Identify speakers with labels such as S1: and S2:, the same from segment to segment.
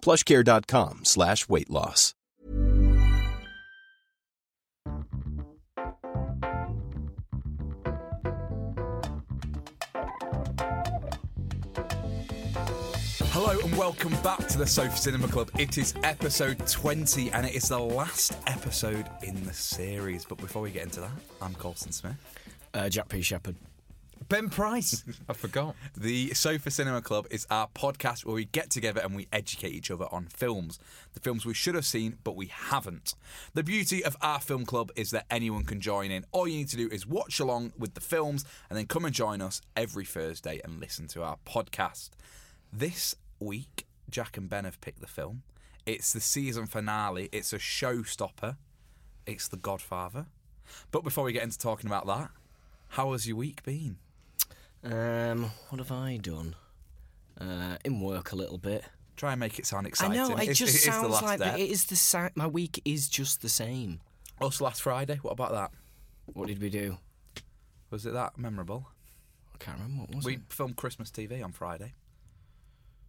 S1: plushcare.com slash weight loss.
S2: Hello and welcome back to the Sofa Cinema Club. It is episode 20 and it is the last episode in the series. But before we get into that, I'm Colson Smith.
S3: Uh, Jack P. Shepherd.
S2: Ben Price.
S4: I forgot.
S2: the Sofa Cinema Club is our podcast where we get together and we educate each other on films. The films we should have seen, but we haven't. The beauty of our film club is that anyone can join in. All you need to do is watch along with the films and then come and join us every Thursday and listen to our podcast. This week, Jack and Ben have picked the film. It's the season finale, it's a showstopper, it's The Godfather. But before we get into talking about that, how has your week been?
S3: Um, what have I done? Uh, in work a little bit.
S2: Try and make it sound exciting.
S3: I know. It
S2: It's-
S3: just
S2: it's the
S3: sounds
S2: last
S3: like
S2: day.
S3: it is the same. My week is just the same.
S2: Us last Friday. What about that?
S3: What did we do?
S2: Was it that memorable?
S3: I can't remember what was
S2: we
S3: it.
S2: filmed Christmas TV on Friday.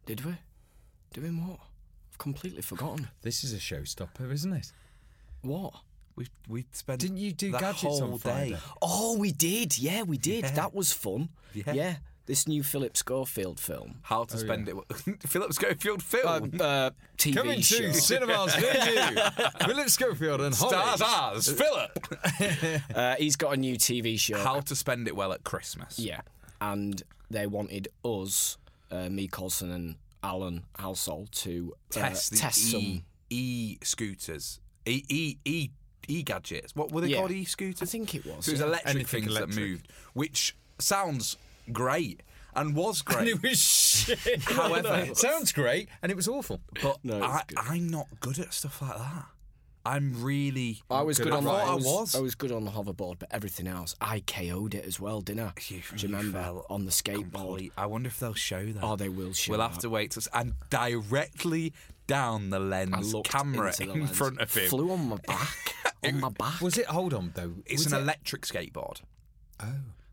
S3: Did we? Doing what? I've completely forgotten.
S4: This is a showstopper, isn't it?
S3: What?
S2: We we spent.
S4: Didn't you do
S2: that
S4: gadgets on
S2: whole day?
S4: Friday?
S3: Oh, we did. Yeah, we did.
S2: Yeah.
S3: That was fun.
S2: Yeah.
S3: This new Philip Schofield film.
S2: How to spend it? Philip Schofield film
S3: Uh, uh, TV
S4: Coming
S3: show.
S4: to cinemas near you, Philip Schofield and Holly.
S2: stars ours. Philip.
S3: Uh, he's got a new TV show.
S2: How to spend it well at Christmas.
S3: Yeah, and they wanted us, uh, me, Colson, and Alan Halsall to uh,
S2: Test the
S3: test
S2: e,
S3: some.
S2: e scooters. E e e e gadgets. What were they
S3: Yeah.
S2: called? E scooters.
S3: I think it was,
S2: So it was
S3: yeah.
S2: electric
S4: Anything
S2: things that
S4: electric.
S2: moved, which sounds great and was great.
S4: And it was shit.
S2: However-
S4: it sounds great, and it was awful.
S2: But
S3: No, it's
S2: I,
S3: good.
S2: I'm not good at stuff like that. I'm really.
S3: I was
S2: Good
S3: good,
S2: at
S3: on the
S2: riding.
S3: I was,
S2: I was.
S3: I was good on the hoverboard, but everything else, I KO'd it as well, didn't I?
S2: You-
S3: Do you
S2: you
S3: remember
S2: fell
S3: on the skateboard?
S2: complete- I wonder if they'll show that.
S3: Oh, they will show
S2: We'll have
S3: that.
S2: to wait. To, and directly down the
S3: I
S2: lens,
S3: looked
S2: camera
S3: into the
S2: in
S3: lens,
S2: front of him.
S3: Flew on my back. on my back.
S4: Was it? Hold on, though.
S2: It's
S4: Was
S2: an
S4: it-
S2: electric skateboard.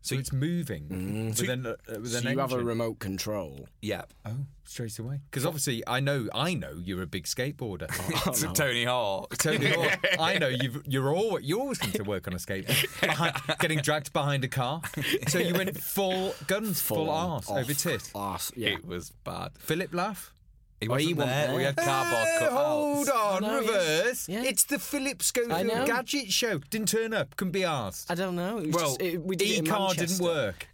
S4: so it's moving. With an, uh, with
S3: Mm. So
S4: an
S3: you have a
S4: engine.
S3: remote control.
S2: Yeah.
S4: Oh, straight away. Because obviously, I know, I know you're a big skateboarder.
S3: Oh,
S2: It's a Tony Hawk.
S4: Tony Hawk, I know you've, you're always you always come to work on a skateboard, behind, getting dragged behind a car. So you went full guns, full,
S3: on,
S4: arse
S3: off,
S4: over tit.
S3: Arse, yeah.
S2: It was bad.
S4: Philip laugh.
S2: He
S3: Oh, he
S2: wasn't
S3: wasn't
S2: there.
S3: there. oh,
S2: We had cardboard
S4: Eh,
S2: cutouts.
S4: hold on,
S3: I know, yeah.
S4: reverse.
S3: Yeah.
S4: It's the Philip
S3: I know.
S4: Schofield gadget show. Didn't turn up. Couldn't be asked.
S3: I don't know. It was
S2: Well,
S3: just, it, we did it in
S4: E-car didn't
S3: Manchester.
S4: work.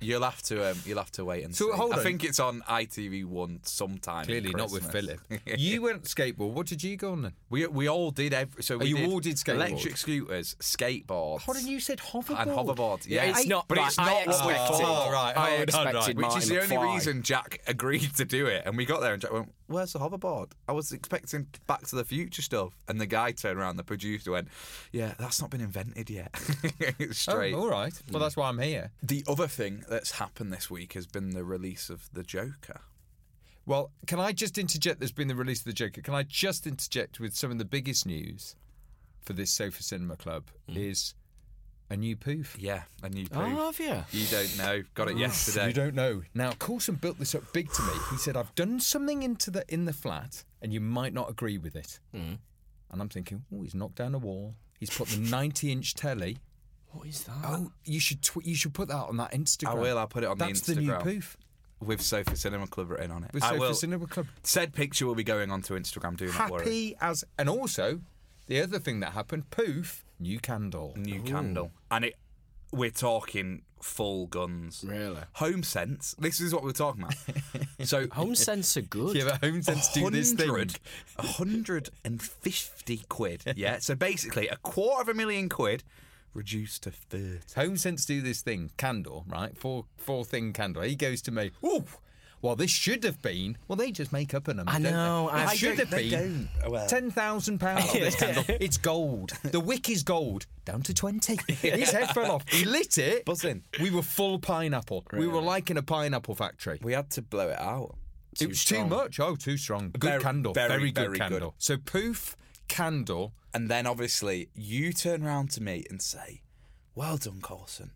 S2: You'll have to. Um, you'll have to wait and
S4: So,
S2: see.
S4: hold
S2: I
S4: on.
S2: think it's on ITV One sometime.
S4: Clearly
S2: in
S4: not with Philip.
S2: Christmas.
S4: you went skateboard. What did you go on then?
S2: We we all did every. So we
S4: Oh, you all did skateboard?
S2: electric scooters, skateboards.
S4: Hold on, you said hoverboard.
S2: and hoverboards. Yeah,
S3: It's not.
S2: But
S3: right,
S2: it's not
S3: I
S2: what we
S3: expected.
S2: thought.
S4: Oh, right,
S3: I
S4: oh, no,
S3: expected
S4: right.
S2: Which
S3: Martin
S2: is the only
S3: McFly.
S2: reason Jack agreed to do it. And we got there, and Jack went, "Where's the hoverboard? I was expecting Back to the Future stuff." And the guy turned around, the producer went, "Yeah, that's not been invented yet." Straight.
S4: Oh, all right.
S3: Hmm.
S4: Well, that's why I'm here.
S2: The other thing that's happened this week has been the release of the Joker.
S4: Well, can I just interject? There's been the release of the Joker. Can I just interject with some of the biggest news for this Sofa Cinema Club
S3: Hmm.
S4: is a new poof.
S2: Yeah, a new
S3: Oh,
S2: proof.
S3: have you?
S2: You don't know. Got it yesterday.
S4: Ah. You don't know. Now, Coulson built this up big to me. He said, "I've done something into the in the flat, and you might not agree with it." And I'm thinking, "Oh, he's knocked down a wall. He's put the 90-inch telly.
S3: What is that?
S4: Oh, you should tw- you should put that on that Instagram.
S2: I will. I'll put it on the
S4: That's
S2: Instagram.
S4: the new poof.
S2: with Sofa Cinema Club written on it.
S4: With
S2: I
S4: Sofa
S2: will-
S4: Cinema Club.
S2: Said picture will be going onto Instagram. Do not worry.
S4: Happy as. And also, the other thing that happened poof, new candle.
S2: New candle, and it. We're talking full guns.
S3: Really?
S2: Home sense. This is what we're talking about. so
S3: Home sense are good.
S4: Yeah, but home sense do this thing.
S2: 100 150 quid. Yeah. So basically, a quarter of a million quid reduced to 30.
S4: Home sense do this thing, candle, right? Four four thing candle. He goes to me, ooh, well this should have been. Well, they just make up a number.
S3: I
S4: don't they?
S3: know,
S4: It
S3: I
S4: should
S3: don't-
S4: have
S2: they
S4: been
S2: don't. Well.
S4: ten thousand pounds. This candle, it's gold. The wick is gold. Down to twenty. His head fell off. He lit it.
S2: Buzzing.
S4: We were full pineapple. We were like in a pineapple factory.
S2: We had to blow it out.
S4: it was too much. Oh, too strong. Good
S2: Very-
S4: candle.
S2: very,
S4: good
S2: very good.
S4: candle. So poof, candle.
S2: And then obviously, you turn round to me and say, Well done, Colson.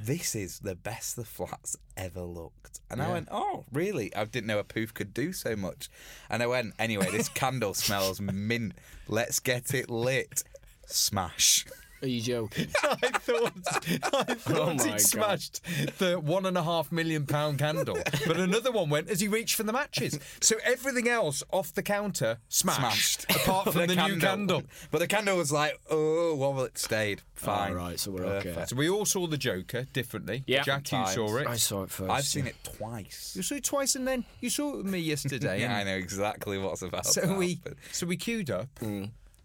S2: This is the best the flats ever looked. And I went, Oh, really? I didn't know a poof could do so much. And I went, Anyway, this candle smells mint. Let's get it lit. Smash.
S3: Are you joking?
S4: I thought I
S3: Oh
S4: thought
S3: my
S4: he
S3: God.
S4: smashed the one and a half million pound candle, but another one went as he reached for the matches. So everything else off the counter smashed, apart from the, new candle.
S2: But the candle was like, oh, well, it stayed. Fine.
S3: All right, so we're okay.
S4: So we all saw the Joker differently.
S3: Yeah.
S4: Jack, you
S2: Times.
S4: saw it.
S3: I saw it first.
S2: I've seen
S3: yeah.
S2: it twice.
S4: You saw it twice, and then you saw it with me yesterday.
S2: Yeah, I
S4: and-
S2: know exactly what's about
S4: So
S2: to
S4: we
S2: happen.
S4: so we queued up.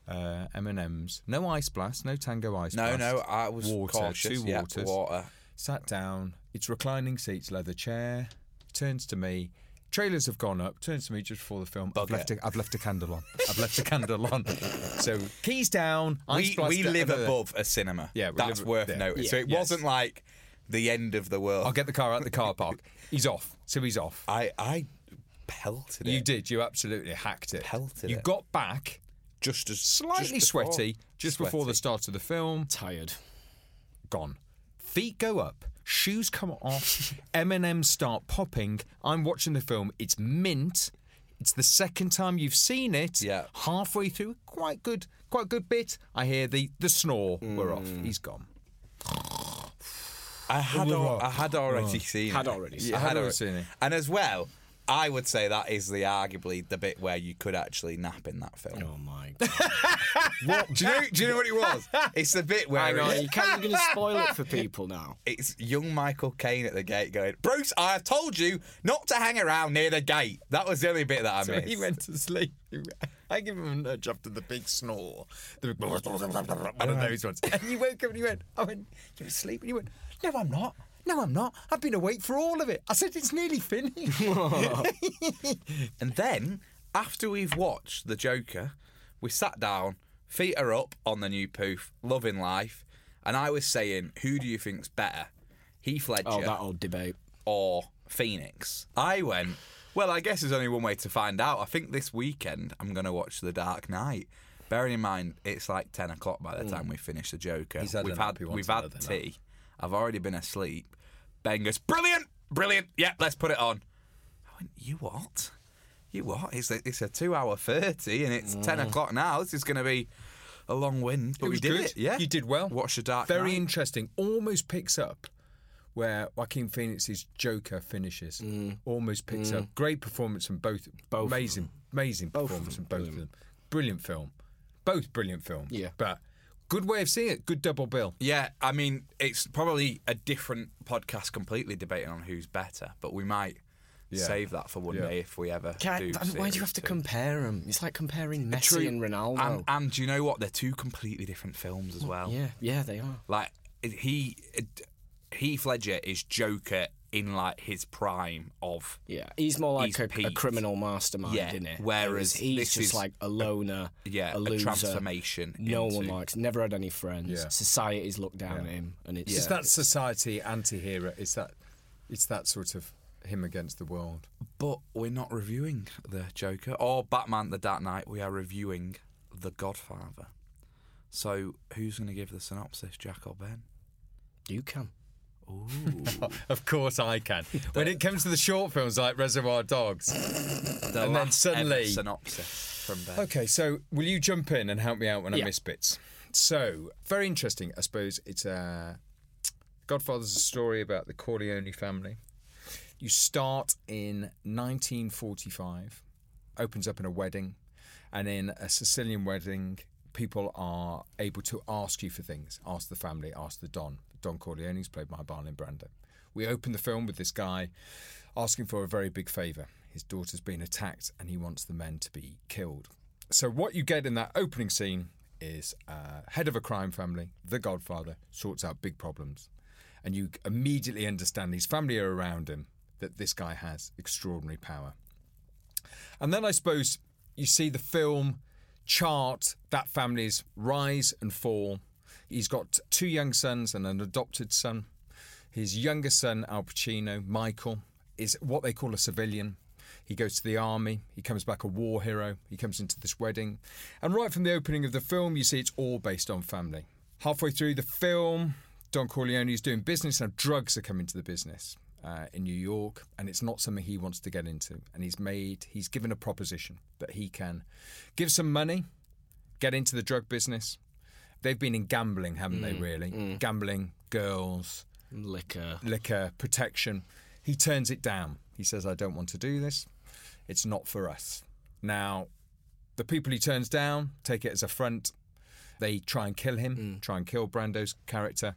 S4: Uh, M and M's, no ice blast, no Tango ice
S2: No,
S4: blast.
S2: no, I was
S4: water,
S2: cautious.
S4: Two
S2: yeah,
S4: waters.
S2: water.
S4: Sat down. It's reclining seats, leather chair. Turns to me. Trailers have gone up. Turns to me just before the film. I've left, a, I've left a candle on. I've left a candle on. So keys down. Ice
S2: We,
S4: blast
S2: we
S4: down,
S2: live
S4: another-
S2: above a cinema.
S4: Yeah, we
S2: that's
S4: live-
S2: worth
S4: yeah.
S2: noting. So it
S4: Yes.
S2: wasn't like the end of the world.
S4: I'll get the car out the car park. He's off. So he's off.
S2: I I pelted
S4: You
S2: it
S4: did. You absolutely hacked it.
S2: Pelted
S4: you
S2: it.
S4: got back
S2: just as
S4: slightly
S2: just before.
S4: sweaty just before the
S2: Sweaty.
S4: start of the film.
S3: Tired.
S4: gone. Feet go up, shoes come off, M&Ms start popping. I'm watching the film. It's mint. It's the second time you've seen it.
S2: Yeah.
S4: Halfway through, quite good, quite good bit. I hear the the snore. We're off. He's gone.
S2: I had
S4: Ooh,
S2: al-
S4: right.
S2: I had already seen
S3: Had
S2: it.
S3: already
S2: Yeah,
S3: seen
S4: it. Had
S2: alre-
S4: already seen it.
S2: And as well, I would say that is the arguably the bit where you could actually nap in that film.
S3: Oh my god.
S2: What? Do you, know, do you know what it was? It's the bit where
S3: Hang on,
S2: it's-
S3: you can't, you're going to spoil it for people now.
S2: it's young Michael Caine at the gate going, Bruce, I have told you not to hang around near the gate. That was the only bit that I
S4: So
S2: missed.
S4: he went to sleep. I give him a nudge after the big snore. The big one of those ones. And he woke up and he went, I went, you were asleep? And he went, no, I'm not. No, I'm not. I've been awake for all of it. I said, it's nearly finished.
S2: And then, after we've watched The Joker, we sat down, feet are up on the new poof, loving life. And I was saying, who do you think's better? Heath Ledger
S3: Oh, that old debate.
S2: or Phoenix? I went, well, I guess there's only one way to find out. I think this weekend I'm going to watch The Dark Knight. Bearing in mind, it's like 10 o'clock by the time we finish The Joker.
S4: He's had
S2: we've
S4: an
S2: had,
S4: happy one
S2: we've
S4: tonight,
S2: had
S4: then,
S2: tea. I've already been asleep. Ben goes, brilliant, brilliant. Yeah, let's put it on. I went, you what? You what? It's a, it's a two hour 30 and it's 10 o'clock now. This is going to be a long win. But
S4: Mm. it
S2: we
S4: was
S2: did
S4: good.
S2: it. Yeah.
S4: you did well.
S2: Watch The Dark
S4: Very
S2: Knight.
S4: interesting. Almost picks up where Joaquin Phoenix's Joker finishes. Almost picks up. Great performance from both.
S3: Both of
S4: amazing, amazing performance from both of them. Brilliant film. Both brilliant films.
S3: Yeah.
S4: but good way of seeing it. Good double bill.
S2: Yeah, I mean, it's probably a different podcast completely debating on who's better, but we might
S4: Yeah.
S2: save that for one
S4: Yeah.
S2: day if we ever do.
S3: Can't, why
S2: series
S3: do you have to
S2: two.
S3: compare them? It's like comparing Messi
S2: True.
S3: and Ronaldo.
S2: And, and do you know what? They're two completely different films as well.
S3: yeah, yeah, they are.
S2: Like he, Heath Ledger is Joker in like his prime of
S3: Yeah, he's more like
S2: He's
S3: a, a
S2: peaked.
S3: criminal mastermind,
S2: Yeah,
S3: isn't he?
S2: whereas
S3: he's
S2: this
S3: just
S2: is
S3: like a loner,
S2: yeah,
S3: a
S2: a
S3: loser.
S2: transformation
S3: No one
S2: into-
S3: likes, never had any friends.
S4: Yeah.
S3: Society's looked down at him, and it's
S4: It's that society anti-hero. It's that. It's that sort of him against the world.
S2: But we're not reviewing the Joker or Batman: The Dark Knight. We are reviewing The Godfather. So who's going to give the synopsis, Jack or Ben?
S3: you can.
S4: Of course, I can. when it comes to the short films like Reservoir Dogs.
S2: The
S4: And then
S2: last ever
S4: suddenly-
S2: synopsis from Ben.
S4: Okay, so will you jump in and help me out when
S3: Yeah.
S4: I miss bits? So, very interesting. I suppose it's uh, Godfather's a story about the Corleone family. You start in 1945, opens up in a wedding, and in a Sicilian wedding, people are able to ask you for things. Ask the family, ask the Don. Don Corleone is played by Marlon Brando. We open the film with this guy asking for a very big favour. His daughter's been attacked, and he wants the men to be killed. So, what you get in that opening scene is uh, head of a crime family, the Godfather, sorts out big problems and you immediately understand his family are around him that this guy has extraordinary power. And then I suppose you see the film chart that family's rise and fall. He's got two young sons and an adopted son. His younger son, Al Pacino, Michael, is what they call a civilian. He goes to the army. He comes back a war hero. He comes into this wedding. And right from the opening of the film, you see it's all based on family. Halfway through the film, Don Corleone is doing business and drugs are coming to the business uh, in New York, and it's not something he wants to get into. And he's made, he's given a proposition that he can give some money, get into the drug business. They've been in gambling, haven't they, really? Gambling, girls,
S3: Liquor.
S4: liquor, protection. He turns it down. He says, I don't want to do this. It's not for us. Now, the people he turns down take it as a front. They try and kill him, try and kill Brando's character.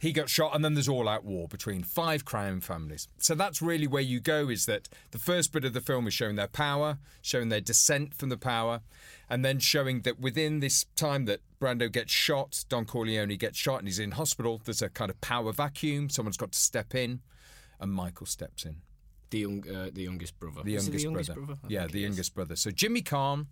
S4: He got shot, and then there's all out war between five crime families. So that's really where you go is that the first bit of the film is showing their power, showing their descent from the power, and then showing that within this time that Brando gets shot, Don Corleone gets shot, and he's in hospital, there's a kind of power vacuum. Someone's got to step in, and Michael steps in.
S3: The young, uh, the youngest brother.
S4: The
S3: Is
S4: youngest,
S3: it the youngest
S4: brother.
S3: I
S4: Yeah,
S3: think
S4: the
S3: it is.
S4: youngest brother. So Jimmy Kahn,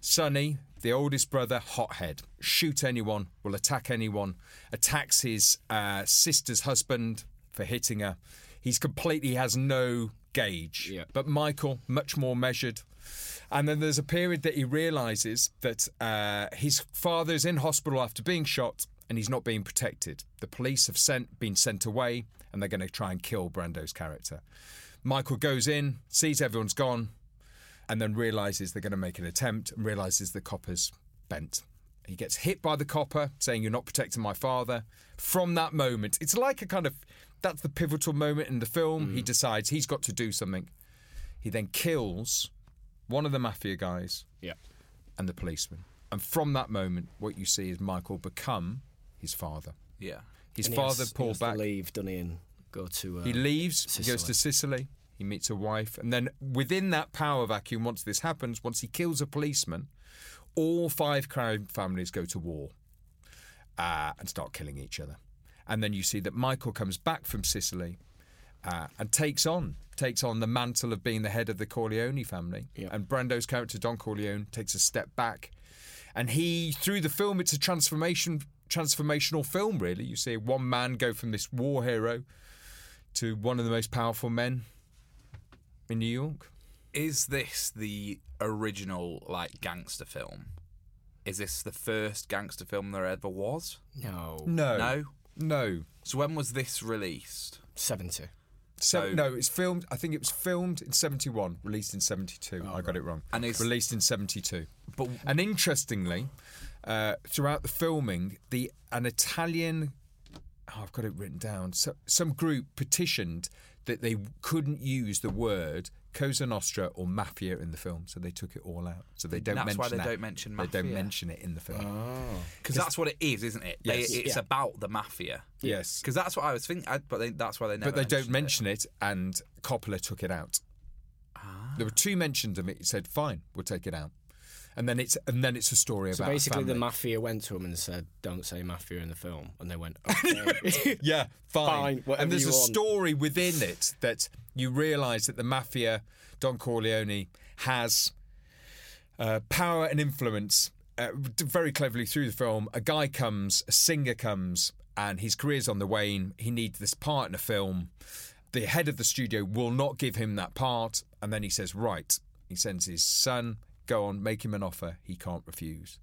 S4: Sonny, the oldest brother, hothead. Shoot anyone, will attack anyone, attacks his uh, sister's husband for hitting her. He's completely he has no gauge.
S3: Yeah.
S4: But Michael, much more measured. And then there's a period that he realizes that uh, his father's in hospital after being shot and he's not being protected. The police have sent been sent away and they're going to try and kill Brando's character. Michael goes in, sees everyone's gone, and then realizes they're going to make an attempt and realizes the copper's bent. He gets hit by the copper, saying, You're not protecting my father. From that moment, it's like a kind of that's the pivotal moment in the film.
S3: Mm.
S4: He decides he's got to do something. He then kills one of the mafia guys
S3: Yeah.
S4: and the policeman. And from that moment, what you see is Michael become his father.
S2: Yeah.
S4: His
S3: And he
S4: father
S3: has- he
S4: pulled
S3: has to
S4: back.
S3: leave, doesn't he, and go to. Uh,
S4: He leaves, he goes
S3: Sicily.
S4: to Sicily, he meets a wife, and then within that power vacuum, once this happens, once he kills a policeman, all five crime families go to war uh, and start killing each other. And then you see that Michael comes back from Sicily uh, and takes on takes on the mantle of being the head of the Corleone family.
S3: Yeah.
S4: And Brando's character Don Corleone takes a step back, and he through the film it's a transformation transformational film really. You see one man go from this war hero to one of the most powerful men in New York.
S2: Is this the original like gangster film? Is this the first gangster film there ever was?
S3: No.
S4: No,
S2: No.
S4: no.
S2: So when was this released?
S3: 70.
S4: So,
S2: So-
S4: no, it's filmed. I think it was filmed in '71, released in '72. I got it wrong.
S2: Oh, And it's-
S4: released in '72.
S2: But
S4: And interestingly, uh, throughout the filming, the an Italian, oh, I've got it written down. So, some group petitioned that they couldn't use the word Cosa Nostra or mafia in the film, so they took it all out. So they don't.
S2: That's
S4: mention
S2: why they
S4: that.
S2: don't mention
S4: They don't
S2: mafia. Oh.
S4: mention it in the film.
S2: because that's what it is, isn't it? They-
S4: Yes.
S2: it's
S3: Yeah.
S2: about the mafia.
S4: Yes.
S2: Because that's what I was thinking. I, but they, that's why they never.
S4: but they don't
S2: mentioned it.
S4: mention it. and Coppola took it out. There were two mentions of it. He said, "Fine, we'll take it out," and then it's and then it's a story
S3: So
S4: about a
S3: basically, the
S4: family.
S3: mafia went to him and said, "Don't say mafia in the film," and they went, "Okay."
S4: yeah,
S3: Fine,
S4: fine.
S3: whatever
S4: and there's
S3: you
S4: a
S3: want.
S4: story within it that you realise that the mafia, Don Corleone, has uh, power and influence uh, d- very cleverly through the film. A guy comes, a singer comes, and his career's on the wane. He needs this part in a film. The head of the studio will not give him that part, and then he says, "Right." He sends his son, "Go on, make him an offer. He can't refuse."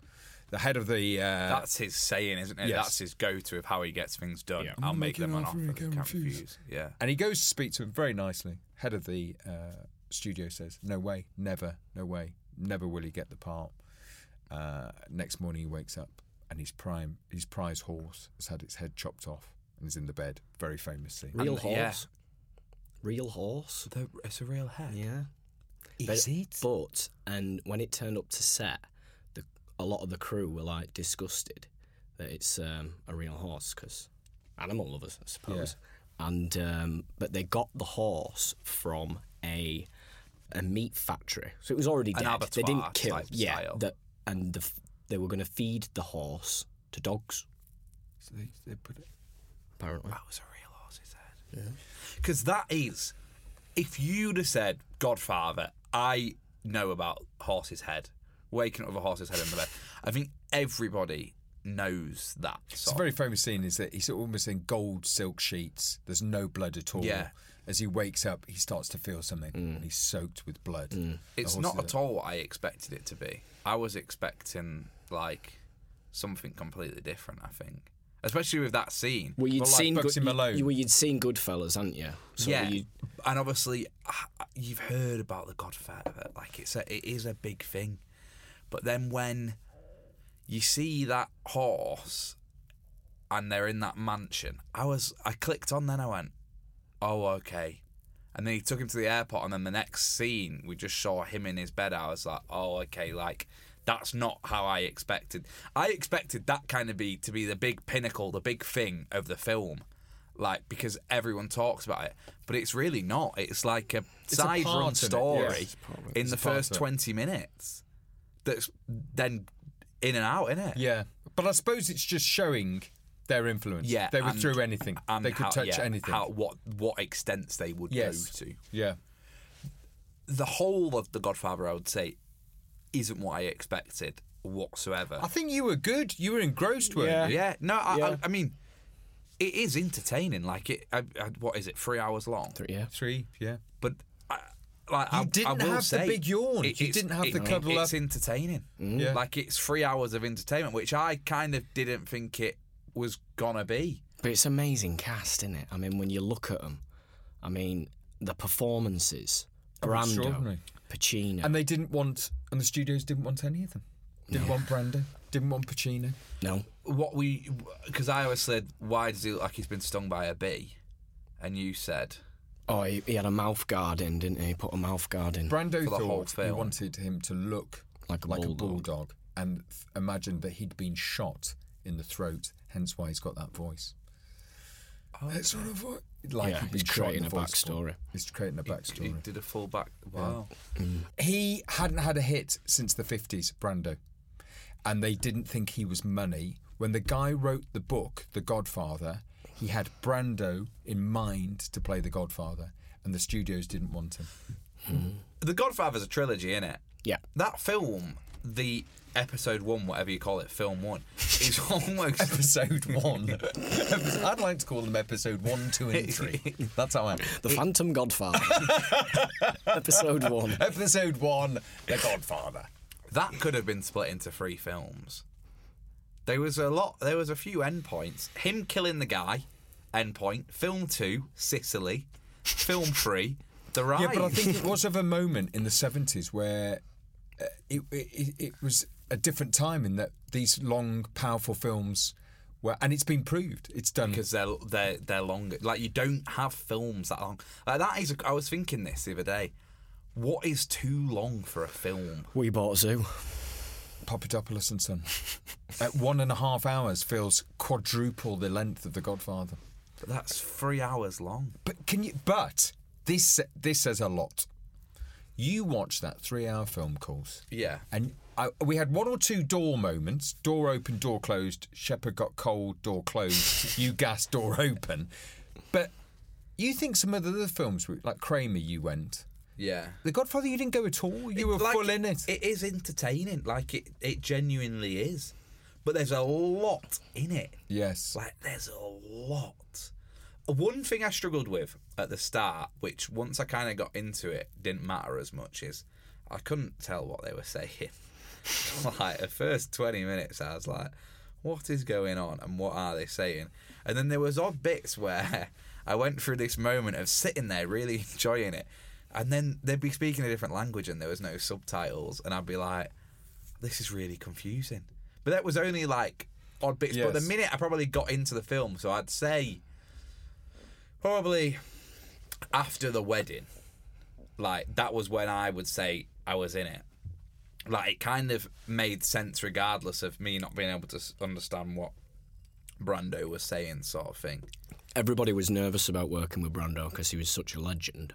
S4: The head of the uh,
S2: That's his saying, isn't it?
S4: Yes.
S2: That's his go-to of how he gets things done. I'll
S4: I'm
S2: make
S4: making
S2: them an
S4: an offer
S2: offer.
S4: he
S2: they
S4: can't
S2: Can't
S4: refuse.
S2: refuse. Yeah.
S4: And he goes to speak to him very nicely. Head of the uh, studio says, No way, never, no way, never will he get the part. Uh, next morning he wakes up and his prime, his prize horse has had its head chopped off and is in the bed. Very famous scene.
S3: Real
S2: And- yeah.
S3: horse. real horse.
S2: The, it's a real head.
S3: Yeah.
S5: Is
S3: but,
S5: it?
S3: But and when it turned up to set, the, a lot of the crew were like disgusted that it's um, a real horse because animal lovers, I suppose. And um, but they got the horse from a a meat factory, so it was already
S2: An
S3: dead. they
S2: abattoir
S3: didn't kill.
S2: type
S3: yeah,
S2: style.
S3: the- and the, f- they were going to feed the horse to dogs.
S2: So they, they put it. Ah.
S3: Apparently,
S2: That was a real horse's head. Because that is, if you'd have said, Godfather, I know about horse's head, waking up with a horse's head in the bed, I think everybody knows that.
S4: It's a very famous scene. Is that he's almost in gold silk sheets? There's no blood at all.
S2: Yeah.
S4: As he wakes up, he starts to feel something, and he's soaked with blood. The
S2: It's
S4: horse
S2: not
S4: is
S2: at all what I expected it to be. I was expecting like something completely different. I think, especially with that scene.
S3: well, you'd
S4: Well, like
S3: seen
S4: Bugsy Malone.
S3: you, well, you'd seen Goodfellas, hadn't you? So
S2: yeah,
S3: you-
S2: and obviously ah, you've heard about the Godfather. Like it's a, it is a big thing, but then when you see that horse and they're in that mansion, I was I clicked on. Then I went, oh okay. And then he took him to the airport, and then the next scene we just saw him in his bed. I was like, oh okay, like that's not how I expected. I expected that kind of be to be the big pinnacle, the big thing of the film. Like because everyone talks about it, but it's really not. It's like a
S4: a
S2: side
S4: part
S2: run
S4: of it, yeah.
S2: story
S4: It's part of it.
S2: in
S4: It's
S2: the
S4: a part
S2: first
S4: of it.
S2: twenty minutes. That's then in and out, in it?
S4: Yeah, but I suppose it's just showing their influence.
S2: yeah.
S4: they
S2: and-
S4: would through anything.
S2: and
S4: They could
S2: how-
S4: touch
S2: yeah,
S4: anything.
S2: How, what what extents they would
S4: yes.
S2: go to?
S4: Yeah.
S2: the whole of The Godfather, I would say, isn't what I expected whatsoever.
S4: I think you were good. You were engrossed, weren't
S3: Yeah.
S4: you?
S2: yeah, no, I,
S3: Yeah.
S2: I, I mean, it is entertaining. Like it, I, I, what is it? Three hours long.
S3: three- yeah.
S4: Three. Yeah.
S2: But I, like,
S4: You
S2: I,
S4: didn't
S2: I will
S4: have the
S2: say,
S4: big yawn. You
S2: it's-
S4: didn't have the cuddle
S2: It's
S4: up. Mm.
S2: entertaining.
S4: Yeah.
S2: Like it's three hours of entertainment, which I kind of didn't think it was gonna be.
S3: But it's amazing cast, isn't it? I mean, when you look at them, I mean, the performances, Brando,
S4: Oh, extraordinary.
S3: Pacino,
S4: And they didn't want, and the studios didn't want any of them. Didn't want Brando. Didn't want Pacino.
S3: no,
S2: What we, because I always said, why does he look like he's been stung by a bee? And you said,
S3: oh, he, he had a mouth guard in, didn't he? He put a mouth guard in.
S4: Brando
S2: For the whole
S4: thought he
S2: film.
S4: wanted him to look
S3: Like a bulldog.
S4: bulldog and th- imagined that he'd been shot in the throat, hence why he's got that voice. That sort of vo-
S3: Oh,
S4: like
S3: Yeah,
S4: he'd
S3: he's
S4: been shot in
S3: creating
S4: the
S3: a
S4: voice form.
S3: backstory.
S4: He's creating a
S2: he
S4: backstory.
S2: did a full back. Wow.
S4: He hadn't had a hit since the 50s, Brando. And they didn't think he was money. When the guy wrote the book, The Godfather, he had Brando in mind to play The Godfather, and the studios didn't want him.
S2: The Godfather's a trilogy, isn't it?
S3: Yeah.
S2: That film, the episode one, whatever you call it, film one, is almost.
S4: episode one. I'd like to call them episode one, two, and three. That's how I.
S3: The Phantom Godfather, episode one.
S4: Episode one, The Godfather.
S2: that could have been split into three films. There was a lot. There was a few endpoints. Him killing the guy, endpoint. Film two, Sicily. Film three, The Rise.
S4: Yeah, but I think it was of a moment in the seventies where uh, it, it it was a different time in that these long, powerful films were, and it's been proved. It's done.
S2: because they're they're they're longer. Like you don't have films that long. Like that is. I was thinking this the other day. What is too long for a film?
S3: We bought a zoo.
S4: Papadopoulos and Son at one and a half hours feels quadruple the length of The Godfather.
S2: But that's three hours long.
S4: But can you? But this this says a lot. You watch that three-hour film course.
S2: Yeah.
S4: And I, we had one or two door moments door open, door closed, Shepherd got cold, door closed, you gas, door open. But you think some of the other films, were, like Kramer, you went.
S2: Yeah.
S4: The Godfather, you didn't go at all. You were
S2: Like,
S4: full in it.
S2: It is entertaining. Like it, it genuinely is. But there's a lot in it.
S4: yes.
S2: Like there's a lot. One thing I struggled with at the start, which once I kind of got into it, didn't matter as much, is I couldn't tell what they were saying. like the first twenty minutes, I was like, "What is going on?" and "What are they saying?" And then there was odd bits where I went through this moment of sitting there, really enjoying it, and then they'd be speaking a different language and there was no subtitles, and I'd be like, "This is really confusing." But that was only like odd bits. But the
S4: Yes.
S2: minute I probably got into the film, so I'd say probably after the wedding, like that was when I would say I was in it. Like it kind of made sense, regardless of me not being able to s- understand what Brando was saying, sort of thing.
S3: everybody was nervous about working with Brando because he was such a legend.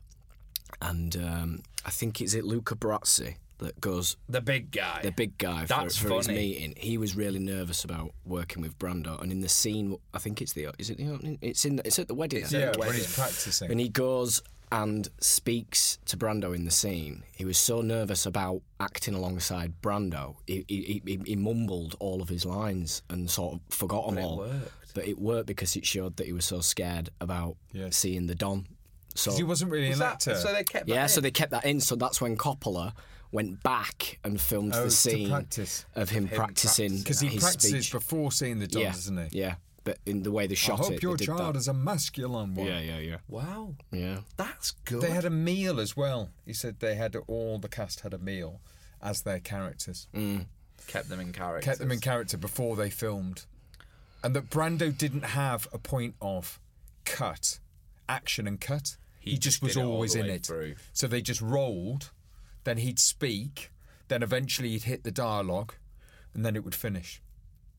S3: And um, I think is it Luca Brazzi that goes
S2: The big guy.
S3: the big guy for,
S2: That's
S3: for his
S2: funny.
S3: meeting. He was really nervous about working with Brando, and in the scene, I think it's the is it the opening? It's in it's at the wedding. I
S4: Yeah,
S3: think.
S4: when he's practicing.
S3: And he goes and speaks to Brando in the scene. He was so nervous about acting alongside Brando, he, he, he, he mumbled all of his lines and sort of forgot them all. But it worked because it showed that he was so scared about
S4: Yes.
S3: seeing the Don. So
S4: he wasn't really
S2: Was
S4: an
S2: that-
S4: actor.
S2: So they kept. that
S3: yeah, so
S2: in?
S3: they kept that in. So that's when Coppola went back and filmed the
S4: Oh, to
S3: scene
S4: practice.
S3: of him, practicing
S4: Because he
S3: his
S4: practices
S3: speech.
S4: before seeing the dog,
S3: yeah,
S4: doesn't he?
S3: Yeah, but in the way they
S4: I
S3: shot
S4: hope
S3: it,
S4: your
S3: they did
S4: child
S3: that.
S4: is a masculine one.
S3: yeah, yeah, yeah,
S2: Wow,
S3: yeah.
S2: that's good.
S4: They had a meal as well. He said they had all the cast had a meal as their characters.
S2: kept them in character.
S4: Kept them in character before they filmed. And that Brando didn't have a point of cut, action and cut. He,
S2: He just
S4: just was
S2: did it all
S4: always
S2: the
S4: in
S2: way
S4: it.
S2: through.
S4: So they just rolled, then he'd speak, then eventually he'd hit the dialogue, and then it would finish.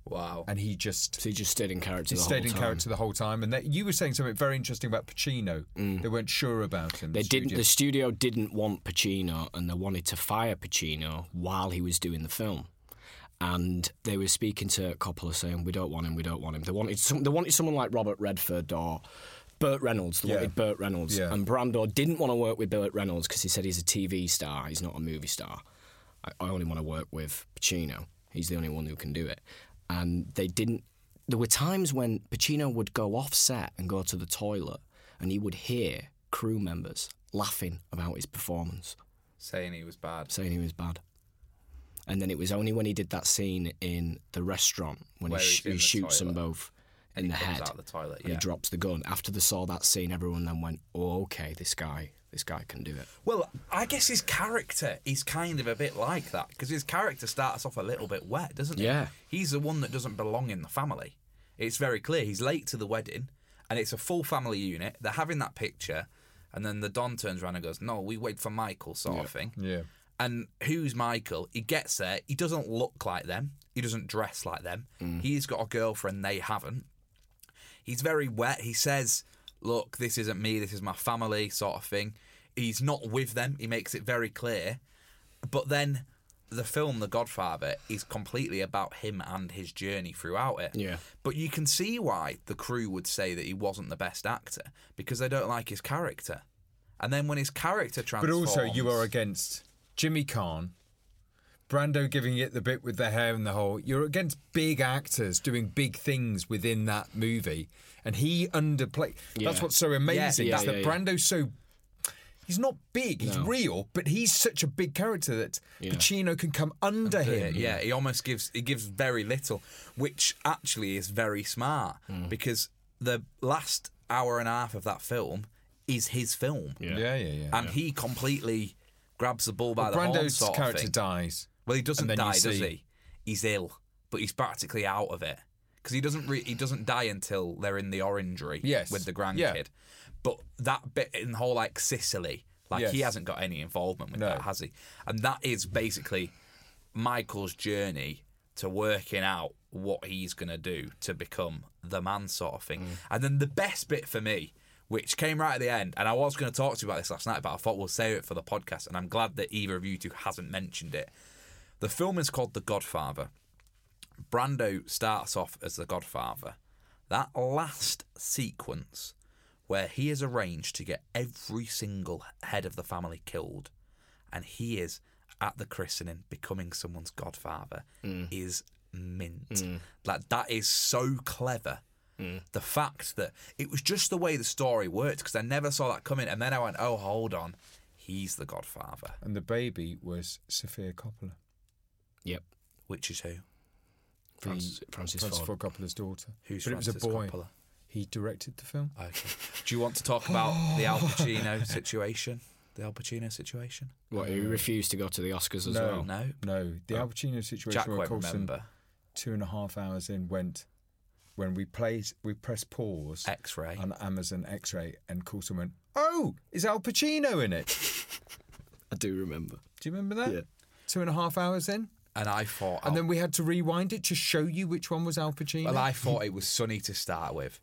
S2: Wow.
S4: And he just
S3: So he just stayed in character.
S4: He
S3: the
S4: stayed
S3: whole
S4: in
S3: time.
S4: character the whole time, and that, you were saying something very interesting about Pacino.
S2: Mm.
S4: They weren't sure about him.
S3: They
S4: the
S3: didn't.
S4: studio.
S3: The studio didn't want Pacino, and they wanted to fire Pacino while he was doing the film. And they were speaking to Coppola, saying, "We don't want him. We don't want him." They wanted some, they wanted someone like Robert Redford or Burt Reynolds. They
S4: Yeah.
S3: wanted Burt Reynolds,
S4: Yeah.
S3: and Brando didn't want to work with Burt Reynolds because he said he's a TV star. He's not a movie star. I, I only want to work with Pacino. He's the only one who can do it. And they didn't. There were times when Pacino would go off set and go to the toilet, and he would hear crew members laughing about his performance,
S2: Saying he was bad.
S3: saying he was bad. And then it was only when he did that scene in the restaurant when he,
S2: Where he's
S3: sh-
S2: in
S3: he
S2: the
S3: shoots them
S2: toilet.
S3: both in the
S2: he comes
S3: head.
S2: out the toilet,
S3: and he
S2: yeah.
S3: drops the gun. After they saw that scene, everyone then went, "Oh, okay, this guy, this guy can do it."
S2: Well, I guess his character is kind of a bit like that because his character starts off a little bit wet, doesn't he?
S3: Yeah.
S2: He's the one that doesn't belong in the family. It's very clear. He's late to the wedding and it's a full family unit. They're having that picture and then the Don turns around and goes, No, we wait for Michael, sort of thing.
S4: yeah,
S2: And who's Michael? He gets there. He doesn't look like them. He doesn't dress like them.
S4: Mm.
S2: He's got a girlfriend. They haven't. He's very wet. He says, Look, this isn't me. This is my family, sort of thing. He's not with them. He makes it very clear. But then the film, The Godfather, is completely about him and his journey throughout it.
S3: Yeah.
S2: But you can see why the crew would say that he wasn't the best actor because they don't like his character. And then when his character
S4: but
S2: transforms.
S4: also you are against Jimmy Kahn, Brando giving it the bit with the hair and the whole. You're against big actors doing big things within that movie, and he underplayed. That's
S3: Yeah.
S4: what's so amazing.
S3: Yeah,
S4: is
S3: yeah,
S4: that
S3: yeah.
S4: Brando's so. He's not big. He's
S3: No.
S4: real, but he's such a big character that
S3: Yeah.
S4: Pacino can come under him.
S2: Yeah, he almost gives he gives very little, which actually is very smart
S4: Hmm.
S2: because the last hour and a half of that film is his film,
S4: yeah, yeah, yeah.
S2: and he completely grabs the bull by the horn.
S4: Brando's
S2: Sort of
S4: character
S2: thing.
S4: dies.
S2: Well, he doesn't
S4: then you
S2: die, does
S4: see-
S2: he? He's ill, but he's practically out of it because he doesn't re- he doesn't die until they're in the orangery
S4: Yes.
S2: with the grandkid.
S4: Yeah.
S2: But that bit in the whole like Sicily, like he
S4: Yes.
S2: hasn't got any involvement with
S4: No.
S2: that, has he? And that is basically Michael's journey to working out what he's going to do to become the man sort of thing. And then the best bit for me, which came right at the end, and I was going to talk to you about this last night, but I thought we'll save it for the podcast, and I'm glad that either of you two hasn't mentioned it. The film is called The Godfather. Brando starts off as the Godfather. That last sequence where he has arranged to get every single head of the family killed and he is at the christening becoming someone's godfather is mint. Like that is so clever. The fact that it was just the way the story worked because I never saw that coming and then I went, "Oh, hold on. He's the godfather."
S4: And the baby was Sophia Coppola,
S3: Yep,
S2: Which is who?
S3: The- Francis,
S4: Francis
S3: Ford.
S4: Ford Coppola's daughter.
S2: Who's
S4: but it was
S2: Francis
S4: a boy.
S2: Coppola?
S4: He directed the film.
S2: Okay. Do you want to talk about the Al Pacino situation? The Al Pacino situation?
S3: What he refused to go to the Oscars as well.
S2: Uh, No.
S4: No, the Al Pacino situation
S2: Jack
S4: where
S2: won't
S4: Coulson
S2: remember.
S4: two and a half hours in went, when we place we press pause
S2: X-ray.
S4: on Amazon X-ray and call someone. Oh, is Al Pacino in it?
S3: I do remember.
S4: Do you remember that?
S3: Yeah.
S4: Two and a half hours in,
S2: And I thought,
S4: and then we had to rewind it to show you which one was Al Pacino.
S2: Oh. well, I thought it was Sunny to start with.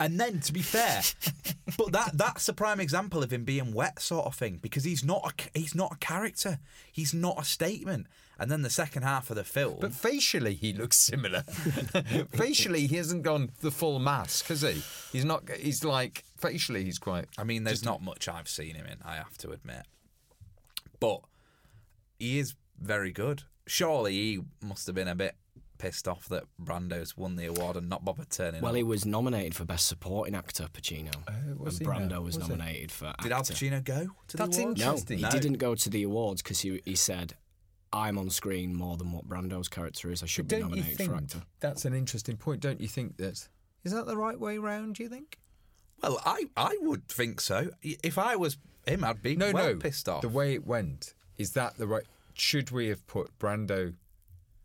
S2: And then, to be fair, but that that's a prime example of him being wet, sort of thing, because he's not a he's not a character, he's not a statement. And then the second half of the film,
S4: But facially, he looks similar. facially, he hasn't gone the full mask, has he? He's not. He's like facially, he's quite.
S2: I mean, there's not much I've seen him in, I have to admit. But he is very good. Surely he must have been a bit pissed off that Brando's won the award and not Bob turning
S3: Well,
S2: up.
S3: he was nominated for Best Supporting Actor, Pacino.
S2: Uh,
S4: was
S3: and
S4: he now?
S3: Brando was,
S4: Was he?
S3: nominated for actor.
S2: Did Al Pacino go to
S4: That's
S2: the awards?
S3: No,
S4: interesting.
S3: Oh, he
S2: No.
S3: didn't go to the awards because he, he said, I'm on screen more than what Brando's character is. I should be
S4: Don't you
S3: nominated
S4: think
S3: for actor.
S4: that's an interesting point? Don't you think that is that the right way round? Do you think?
S2: Well, I, I would think so. Y- If I was him, I'd be
S4: No,
S2: well
S4: no.
S2: pissed off.
S4: The way it went is that the right? Should we have put Brando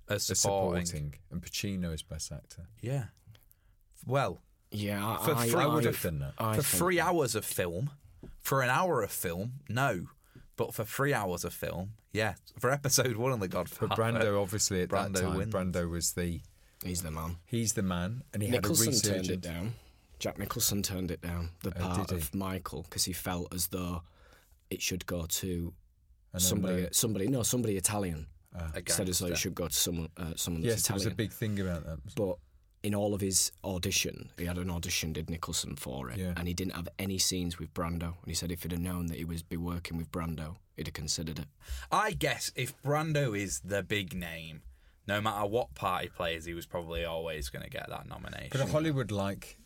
S2: as
S4: as
S2: supporting.
S4: supporting, and Pacino as best actor?
S2: Yeah. Well,
S3: Yeah, I,
S2: For
S3: I,
S2: free-
S3: I,
S4: I would have done that.
S3: I
S2: for
S3: think-
S2: three hours of film, for an hour of film, no. But for three hours of film, yeah. For episode one of The
S4: But
S2: Godfather,
S4: Brando, obviously, at
S2: Brando
S4: that time,
S2: wins.
S4: Brando was the
S3: He's the man.
S4: he's the man, and he
S3: Nicholson
S4: had a
S3: turned it
S4: resurgence. Oh,
S3: down. Jack Nicholson turned it down. The part
S4: did he?
S3: of Michael because he felt as though it should go to
S4: And
S3: somebody,
S4: unknown.
S3: somebody, no, somebody Italian.
S2: a
S3: Instead, as though
S2: gangster.
S3: it should go to someone, uh, someone that's
S4: Yes, there
S3: Italian.
S4: was a big thing about that.
S3: But in all of his audition, he had an audition, did Nicholson for it,
S4: Yeah.
S3: and he didn't have any scenes with Brando. And he said if he'd have known that he was be working with Brando, he'd have considered it.
S2: I guess if Brando is the big name, no matter what part he plays, he was probably always going to get that nomination.
S4: But Hollywood like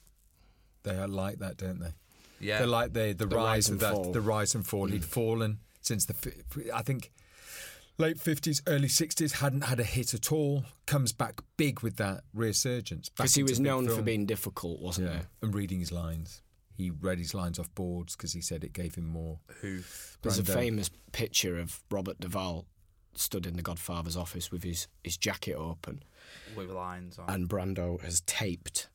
S4: they are like that, don't they?
S2: yeah,
S4: They're like the the, rise
S3: rise
S4: of
S3: and
S4: that,
S3: fall. Mm.
S4: the rise and fall. He'd fallen since the fi- f- I think late fifties, early sixties. Hadn't had a hit at all. Comes back big with that resurgence back
S3: Because he
S4: into
S3: was
S4: big
S3: known for
S4: film.
S3: being difficult, wasn't
S4: yeah, and reading his lines. He read his lines off boards because he said it gave him more.
S2: who?
S3: he? There's a
S4: Brando.
S3: famous picture of Robert Duvall stood in the Godfather's office with his, his jacket open,
S2: With lines on.
S3: and Brando has taped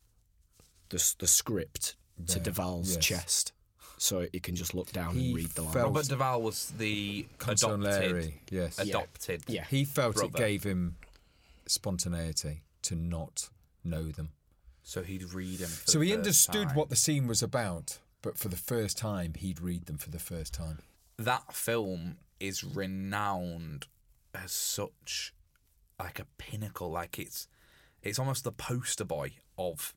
S3: the, s- the script to
S4: There,
S3: Duvall's
S4: yes.
S3: chest so he can just look down
S4: He
S3: and read the line.
S4: felt-
S2: Robert Duvall was the adopted.
S4: Consolari, yes. Yeah.
S2: Adopted.
S3: Yeah.
S4: He felt
S2: Brother.
S4: it gave him spontaneity to not know them.
S2: So he'd read him. For
S4: So
S2: the
S4: he
S2: first
S4: understood
S2: time.
S4: what the scene was about, but for the first time, he'd read them for the first time.
S2: that film is renowned as such like a pinnacle like it's it's almost the poster boy of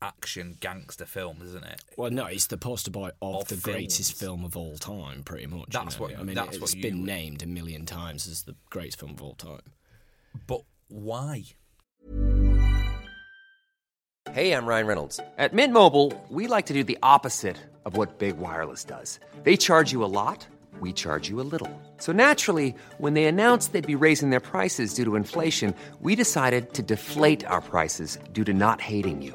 S2: action gangster films isn't it
S3: Well, no, it's the poster boy of,
S2: Of
S3: the greatest
S2: films.
S3: film of all time, pretty much.
S2: That's
S3: you know?
S2: what-
S3: I mean.
S2: that's
S3: it's
S2: what you
S3: been
S2: would-
S3: named a million times as the greatest film of all time.
S2: but why
S6: Hey, I'm Ryan Reynolds. At Mint Mobile, we like to do the opposite of what Big Wireless does. They charge you a lot, we charge you a little. So naturally, when they announced they'd be raising their prices due to inflation, we decided to deflate our prices due to not hating you.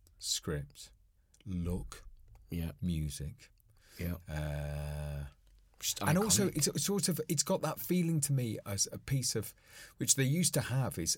S4: script, look,
S3: Yeah,
S4: music.
S3: Yeah.
S4: Uh,
S3: Just
S4: and also,
S3: iconic.
S4: it's it's sort of it's got that feeling to me as a piece of which they used to have is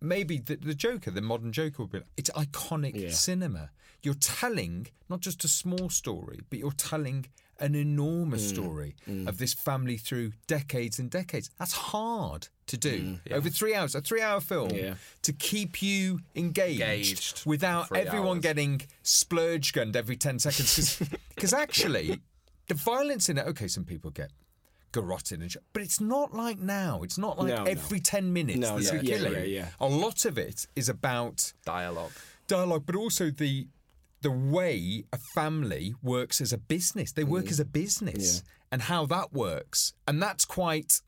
S4: maybe the, the Joker, the modern Joker would be. Like, it's iconic
S3: Yeah.
S4: cinema. You're telling not just a small story, but you're telling an enormous story of this family through decades and decades. That's hard to do over three hours, a three-hour film
S3: Yeah.
S4: to keep you engaged,
S2: Engaged for
S4: without
S2: three
S4: everyone
S2: hours.
S4: getting splurge gunned every ten seconds. Because actually, the violence in it. Okay, some people get garroted and shit. But it's not like now. It's not like
S3: No, no.
S4: every 10 minutes
S3: No,
S4: there's
S3: yeah,
S4: a
S3: yeah,
S4: killing.
S3: yeah, yeah.
S4: A lot of it is about
S2: Dialogue.
S4: dialogue, but also the the way a family works as a business. They
S3: Mm.
S4: work as a business and how that works. And that's quite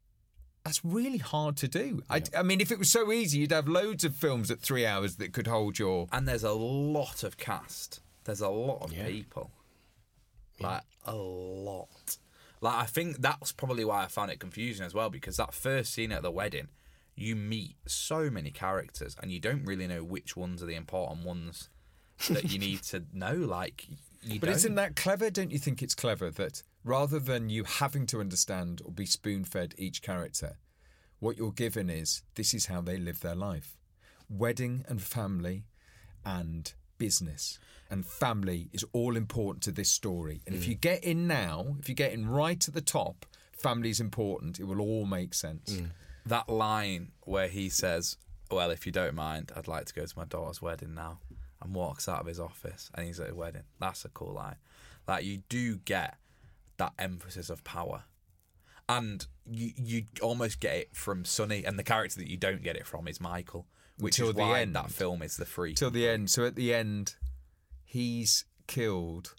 S4: that's really hard to do. I, I mean, if it was so easy, you'd have loads of films at three hours that could hold your.
S2: And there's a lot of cast. There's a lot of
S3: Yeah.
S2: people. Like a lot. Like I think that's probably why I found it confusing as well because that first scene at the wedding, you meet so many characters and you don't really know which ones are the important ones that you need to know. Like you
S4: But
S2: don't.
S4: isn't that clever? Don't you think it's clever that rather than you having to understand or be spoon fed each character, what you're given is this is how they live their life wedding and family and business and family is all important to this story. And
S2: Mm.
S4: if you get in now, if you get in right at the top, family is important, it will all make sense.
S2: Mm. that line where he says, "Well, if you don't mind, I'd like to go to my daughter's wedding now," and walks out of his office, and he's at a wedding. That's a cool line. Like you do get that emphasis of power, and you you almost get it from Sonny, and the character that you don't get it from is Michael, which
S4: Till
S2: is
S4: the
S2: why
S4: end.
S2: that film is the free.
S4: Till the end. So at the end, he's killed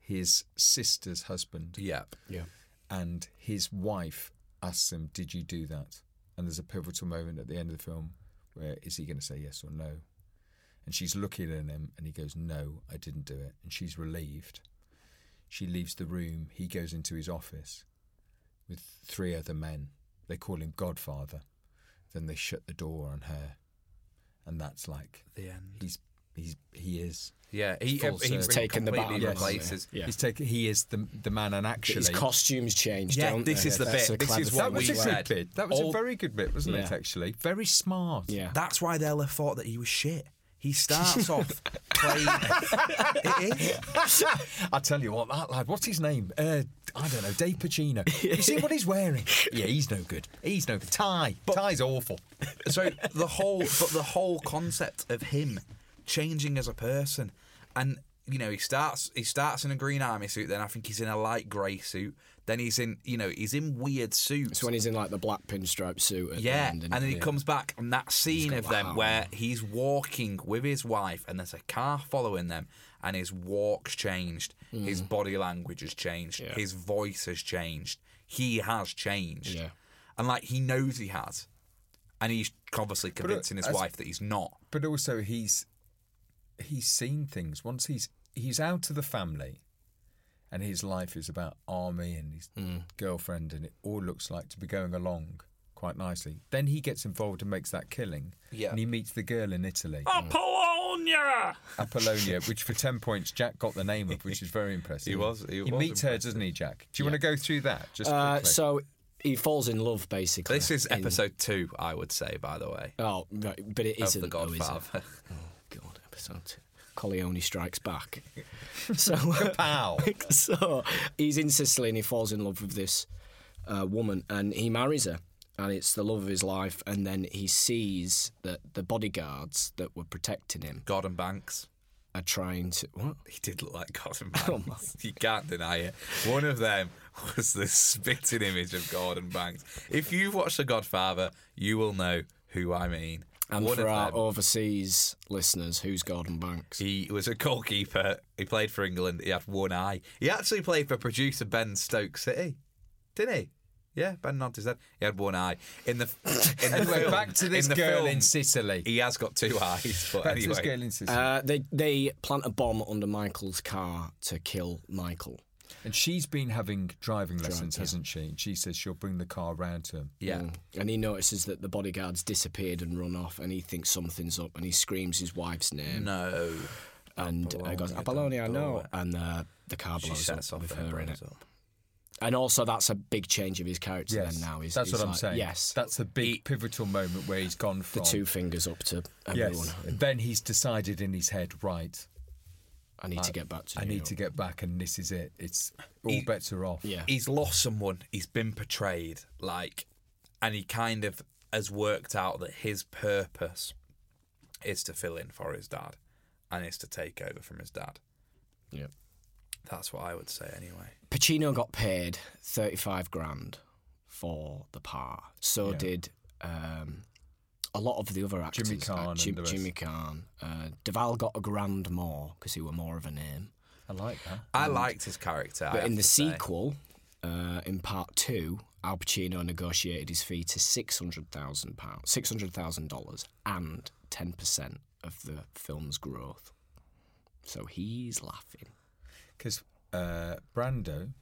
S4: his sister's husband.
S2: Yep.
S3: Yeah.
S4: and his wife asks him, "Did you do that?" And there's a pivotal moment at the end of the film where is he going to say yes or no? And she's looking at him, and he goes, "No, I didn't do it." And she's relieved. She leaves the room. He goes into his office with three other men. They call him Godfather. Then they shut the door on her, and that's like
S2: The end.
S4: he's he's he is
S2: Yeah, he,
S4: Full
S2: he
S4: circle.
S3: Taken the
S2: completely
S3: baton, hasn't he?
S2: replaces.
S3: Yeah.
S4: he's taken he is the the man. And actually,
S3: His costumes changed.
S2: Yeah,
S3: don't
S2: this
S3: they?
S2: is the
S3: That's
S2: bit.
S3: a
S2: This
S3: clever
S2: is
S3: thing
S2: what
S4: that
S3: as
S2: we
S4: was a
S3: well.
S2: read.
S4: good bit. That was
S2: All-
S4: a very good bit, wasn't it?
S3: Yeah.
S4: Actually, very smart.
S3: Yeah.
S2: That's why Della thought that he was shit. He starts off playing. it is.
S4: I tell you what, that lad, what's his name? Uh, I don't know, Dave Pacino. You see what he's wearing? Yeah, he's no good. He's no good. Tie. Tie's awful.
S2: so the whole but the whole concept of him changing as a person and you know he starts he starts in a green army suit then i think he's in a light grey suit then he's in you know he's in weird suits
S3: It's when he's in like the black pinstripe suit. At
S2: yeah
S3: the end,
S2: and then he
S3: yeah.
S2: comes back and that scene
S3: got
S2: of
S3: that
S2: them
S3: out.
S2: where he's walking with his wife and there's a car following them and his walk's changed his body language has changed
S3: Mm. Yeah.
S2: his voice has changed he has changed
S3: Yeah.
S2: and like he knows he has and he's obviously convincing his
S4: as-
S2: wife that he's not
S4: But also, he's he's seen things. Once he's he's out of the family, and his life is about army and his
S2: Hmm.
S4: girlfriend, and it all looks like to be going along quite nicely. Then he gets involved and makes that killing.
S2: Yeah. Oh,
S4: And he meets the girl in Italy.
S3: Mm.
S2: Apollonia.
S4: Apollonia, which for 10 points Jack got the name of, which is very impressive.
S2: He was- he was
S4: meets her,
S2: impressive.
S4: doesn't he, Jack? Do you want to go through that? Just
S3: Uh,
S4: quickly?
S3: so he falls in love basically.
S2: This is
S3: in-
S2: episode two, I would say, by the way,
S3: Oh, right, but it
S2: of
S3: isn't.
S2: The
S3: though, is it?
S2: Godfather.
S3: God, episode two. Corleone strikes back. so,
S4: Kapow.
S3: so he's in Sicily and he falls in love with this uh, woman and he marries her. And it's the love of his life. And then he sees that the bodyguards that were protecting him
S2: Gordon Banks.
S3: are trying to. What?
S2: He did look like Gordon Banks.
S3: Oh
S2: you can't deny it. One of them was the spitting image of Gordon Banks. If you've watched The Godfather, you will know who I mean.
S3: And
S2: One
S3: for
S2: of
S3: our
S2: them,
S3: overseas listeners, who's Gordon Banks?
S2: he was a goalkeeper. He played for England. He had one eye. He actually played for producer Ben Stoke City, didn't he? Yeah, Ben nodded his head. He had one eye. In the in the
S4: Anyway,
S2: film-
S4: back to this
S2: in the
S4: girl
S2: film,
S4: in Sicily.
S2: He has got two eyes, but
S4: back to
S2: anyway.
S4: this girl in Sicily.
S3: Uh, they they plant a bomb under Michael's car to kill Michael.
S4: and she's been having driving lessons, hasn't she? And she says she'll bring the car round to him.
S2: yeah.
S3: Mm. And he notices that the bodyguard's disappeared and run off, and he thinks something's up, and he screams his wife's name.
S2: No.
S3: and uh, goes, Apollonia, I know. And uh, the car
S2: She
S3: blows
S2: sets
S3: up
S2: off
S3: with
S2: her
S3: her in
S2: brains
S3: it.
S2: up.
S3: And also, that's a big change of his character
S4: Yes,
S3: then now. Is,
S4: that's
S3: is
S4: what I'm
S3: like,
S4: saying.
S3: Yes.
S4: that's the big
S2: He-
S4: pivotal moment where he's gone
S3: the
S4: from
S3: two fingers up to everyone.
S4: Yes, then he's decided in his head, right?
S3: I need to get back to
S4: I
S3: New
S4: need
S3: York. E
S4: to get back, and this is it. It's all
S2: He-
S4: bets are off.
S3: Yeah.
S2: He's lost someone. He's been betrayed. Like, and he kind of has worked out that his purpose is to fill in for his dad, and is to take over from his dad.
S3: Yeah.
S2: That's what I would say anyway.
S3: Pacino got paid 35 grand for the par. So did um, a lot of the other actors. Uh,
S4: Jimmy Caan and
S3: Jim-
S4: the rest.
S3: Jimmy Caan. Uh, Duval got a grand more because he were more of a name.
S4: I like that.
S2: I liked his character. I
S3: Mm. But
S2: have
S3: in the
S2: to say.
S3: sequel, uh, in part two, Al Pacino negotiated his fee to six hundred thousand pounds, six hundred thousand dollars, and ten percent of the film's growth. So he's laughing.
S4: Because uh, Brando,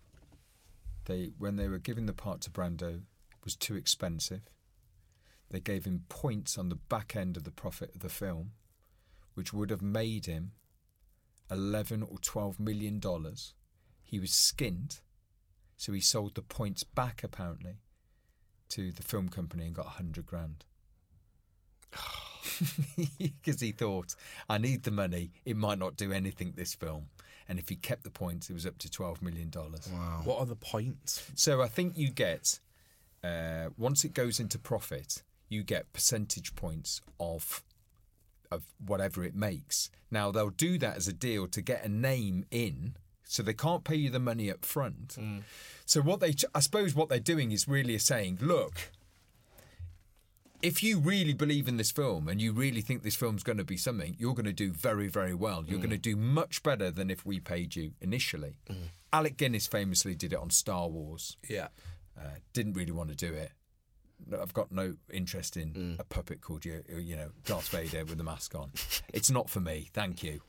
S4: they when they were giving the part to Brando, was too expensive. They gave him points on the back end of the profit of the film, which would have made him eleven or twelve million dollars. He was skinned, so he sold the points back apparently to the film company and got a hundred grand. because he thought, I need the money. It might not do anything this film. And if he kept the points, it was up to twelve million dollars.
S2: What are the points?
S4: So I think you get uh, once it goes into profit, you get percentage points of of whatever it makes. Now they'll do that as a deal to get a name in, so they can't pay you the money up front. So what they, I suppose, what they're doing is really saying, look. If you really believe in this film and you really think this film's going to be something, you're going to do very, very well. You're going to do much better than if we paid you initially. Alec Guinness famously did it on Star Wars
S2: Yeah.
S4: uh, didn't really want to do it. No, I've got no interest in
S2: Mm.
S4: a puppet called you, you know, Darth Vader with a mask on. It's not for me. Thank you.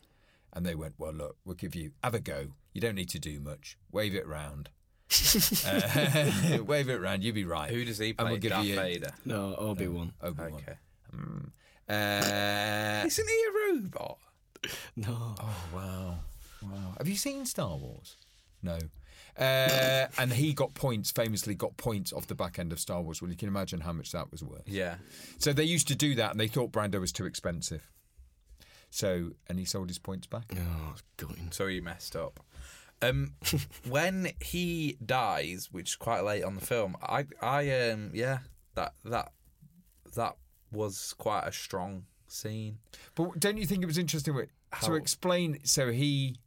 S4: And they went, well, look, we'll give you have a go. You don't need to do much. Wave it round. Uh, wave it round. You be right.
S2: Who does he
S4: And
S2: play?
S4: we'll give
S2: Darth
S4: you
S2: Vader.
S3: No, Obi Wan.
S4: Obi-Wan.
S2: Okay.
S4: Uh,
S2: Isn't he a robot?
S3: No,
S4: Oh, Wow. Wow. Have you seen Star Wars? No. Uh, and he got points, famously got points off the back end of Star Wars. Well, you can imagine how much that was worth.
S2: Yeah.
S4: So they used to do that, and they thought Brando was too expensive. So and he sold his points back.
S3: no, it's going.
S2: So he messed up. Um, when he dies, which is quite late on the film, I, I, um, yeah, that that that was quite a strong scene.
S4: But don't you think it was interesting what,
S2: How-
S4: to explain? So he